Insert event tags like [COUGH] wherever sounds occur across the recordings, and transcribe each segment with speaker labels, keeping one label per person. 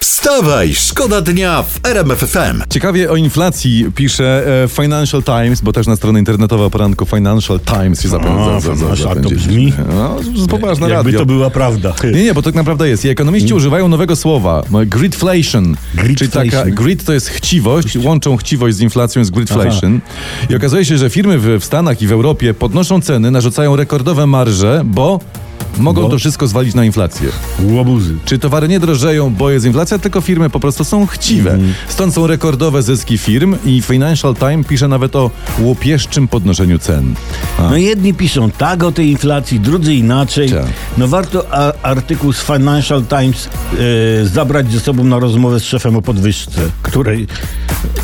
Speaker 1: Wstawaj, szkoda dnia w RMF FM.
Speaker 2: Ciekawie o inflacji pisze e, Financial Times, bo też na stronę internetową poranku Financial Times się
Speaker 3: A,
Speaker 2: zapędza.
Speaker 3: Financial, to brzmi.
Speaker 2: No, to jest poważne
Speaker 3: Jakby
Speaker 2: radio.
Speaker 3: to była prawda.
Speaker 2: Nie, nie, bo tak naprawdę jest. I ekonomiści używają nowego słowa. m, Gridflation. Czyli
Speaker 3: Gridflation.
Speaker 2: taka, grid to jest chciwość, łączą chciwość z inflacją, z gridflation. I okazuje się, że firmy w, w Stanach i w Europie podnoszą ceny, narzucają rekordowe marże, bo mogą to wszystko zwalić na inflację.
Speaker 3: Łobuzy.
Speaker 2: Czy towary nie drożeją, bo jest inflacja, tylko firmy po prostu są chciwe.
Speaker 3: Mhm.
Speaker 2: Stąd są rekordowe zyski firm i Financial Times pisze nawet o łopieszczym podnoszeniu cen.
Speaker 3: No jedni piszą tak o tej inflacji, drudzy inaczej.
Speaker 2: Tak.
Speaker 3: No warto a, artykuł z Financial Times e, zabrać ze sobą na rozmowę z szefem o podwyżce, której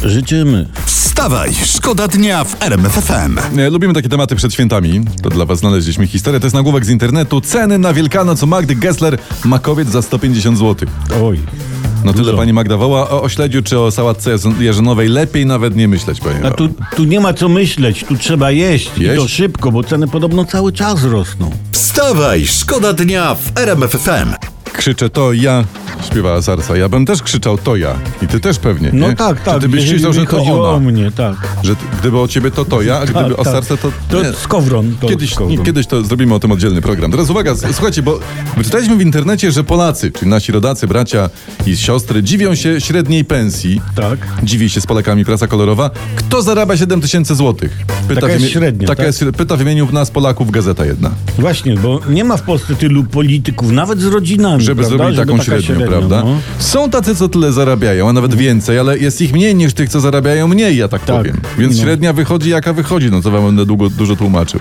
Speaker 3: życzymy.
Speaker 1: Wstawaj, szkoda dnia w RMF FM.
Speaker 2: E, Lubimy takie tematy przed świętami. To dla was znaleźliśmy historię. To jest nagłówek z internetu. Ceny na Wielkanoc u Magdy Gessler makowiec za 150 zł.
Speaker 3: Oj.
Speaker 2: No tyle pani Magda woła. O, o śledziu czy o sałatce jaz- jarzynowej lepiej nawet nie myśleć, pani.
Speaker 3: A
Speaker 2: Woła.
Speaker 3: tu, tu nie ma co myśleć, tu trzeba jeść. I
Speaker 2: Jeść?
Speaker 3: to szybko, bo ceny podobno cały czas rosną.
Speaker 1: Wstawaj, szkoda dnia w RMF FM.
Speaker 2: Krzyczę to ja, śpiewała Sarsa. Ja bym też krzyczał to ja. I ty też pewnie,
Speaker 3: No
Speaker 2: nie?
Speaker 3: tak, tak.
Speaker 2: Czy ty byś
Speaker 3: jeżeli
Speaker 2: krzyczał,
Speaker 3: by
Speaker 2: że to
Speaker 3: chodziło
Speaker 2: ona?
Speaker 3: o mnie, tak.
Speaker 2: Że t- gdyby o ciebie to to ja, a gdyby
Speaker 3: Tak,
Speaker 2: o
Speaker 3: tak.
Speaker 2: serce to...
Speaker 3: To
Speaker 2: nie.
Speaker 3: skowron. To
Speaker 2: Kiedyś,
Speaker 3: skowron.
Speaker 2: nie, kiedyś to zrobimy o tym oddzielny program. Teraz uwaga, s- słuchajcie, bo wyczytaliśmy w internecie, że Polacy, czyli nasi rodacy, bracia i siostry, dziwią się średniej pensji.
Speaker 3: Tak.
Speaker 2: Dziwi się z Polakami prasa kolorowa. Kto zarabia 7 tysięcy złotych? Pyta
Speaker 3: Taka
Speaker 2: w
Speaker 3: jest
Speaker 2: imie-
Speaker 3: średnia,
Speaker 2: Taka
Speaker 3: tak?
Speaker 2: jest, śre- pyta w imieniu nas Polaków Gazeta jedna.
Speaker 3: Właśnie, bo nie ma w Polsce tylu polityków, nawet z rodzinami.
Speaker 2: Żeby
Speaker 3: prawda?
Speaker 2: zrobili taką
Speaker 3: taka
Speaker 2: średnią,
Speaker 3: średnia,
Speaker 2: prawda?
Speaker 3: no.
Speaker 2: Są tacy, co tyle zarabiają, a nawet więcej, ale jest ich mniej niż tych, co zarabiają mniej, ja tak,
Speaker 3: Tak,
Speaker 2: powiem. Więc
Speaker 3: no.
Speaker 2: średnia wychodzi, jaka wychodzi, no co wam będę długo, dużo tłumaczył.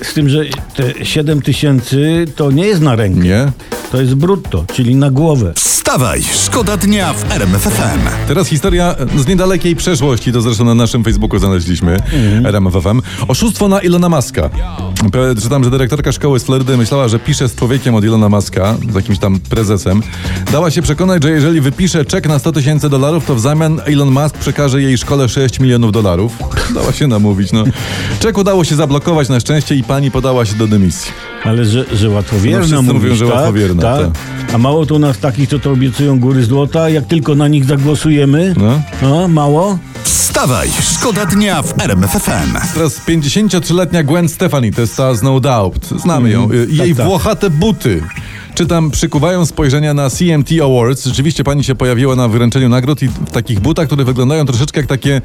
Speaker 3: E, Z tym, że te 7 tysięcy to nie jest na rękę,
Speaker 2: Nie?
Speaker 3: to jest brutto, czyli na głowę.
Speaker 1: Wstawaj, szkoda dnia w RMF FM.
Speaker 2: Teraz historia z niedalekiej przeszłości, to zresztą na naszym Facebooku znaleźliśmy, RMFFM. Oszustwo na Ilona Maska. Pe- Czytam, że dyrektorka szkoły z Florydy myślała, że pisze z człowiekiem od Ilona Maska, z jakimś tam prezesem. Dała się przekonać, że jeżeli wypisze czek na 100 tysięcy dolarów, to w zamian Elon Musk przekaże jej szkole 6 milionów dolarów. [LAUGHS] Dała się namówić, no. Czek udało się zablokować na szczęście i pani podała się do dymisji.
Speaker 3: Ale że, że łatwowierna
Speaker 2: No wszyscy
Speaker 3: mówisz,
Speaker 2: mówią, że
Speaker 3: tak?
Speaker 2: łatwowierna,
Speaker 3: tak? A mało to nas takich, co to obiecują góry złota, jak tylko na nich zagłosujemy,
Speaker 2: No.
Speaker 3: a, mało?
Speaker 1: Wstawaj, szkoda dnia w RMF FM.
Speaker 2: Teraz 53-letnia Gwen Stefani, to jest ta z No Doubt. Znamy ją. Y, Jej
Speaker 3: tak, tak.
Speaker 2: włochate buty. Czytam, przykuwają spojrzenia na CMT Awards. Rzeczywiście pani się pojawiła na wyręczeniu nagród i w takich butach, które wyglądają troszeczkę jak takie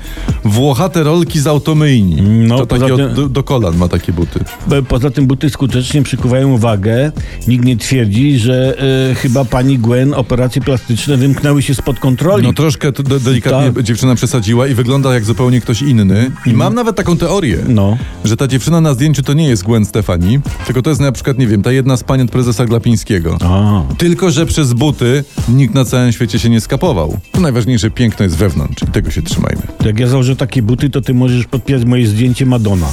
Speaker 2: włochate rolki z automyjni.
Speaker 3: No,
Speaker 2: to takie
Speaker 3: poza
Speaker 2: od,
Speaker 3: tym-
Speaker 2: do, do kolan ma takie buty.
Speaker 3: Bo Poza tym buty skutecznie przykuwają uwagę. Nikt nie twierdzi, że e, chyba pani Gwen operacje plastyczne wymknęły się spod kontroli.
Speaker 2: No troszkę to de- delikatnie
Speaker 3: Tak. Mhm.
Speaker 2: dziewczyna przesadziła i wygląda jak zupełnie ktoś inny. I mam nawet taką teorię,
Speaker 3: No.
Speaker 2: że ta dziewczyna na zdjęciu to nie jest Gwen Stefani, tylko to jest na przykład, nie wiem, ta jedna z pań od prezesa Glapińskiego.
Speaker 3: A.
Speaker 2: Tylko, że przez buty nikt na całym świecie się nie skapował. To najważniejsze piękno jest wewnątrz i tego się trzymajmy.
Speaker 3: Jak ja założę takie buty, to ty możesz podpisać moje zdjęcie Madonna.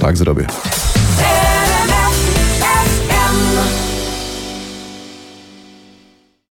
Speaker 2: Tak zrobię.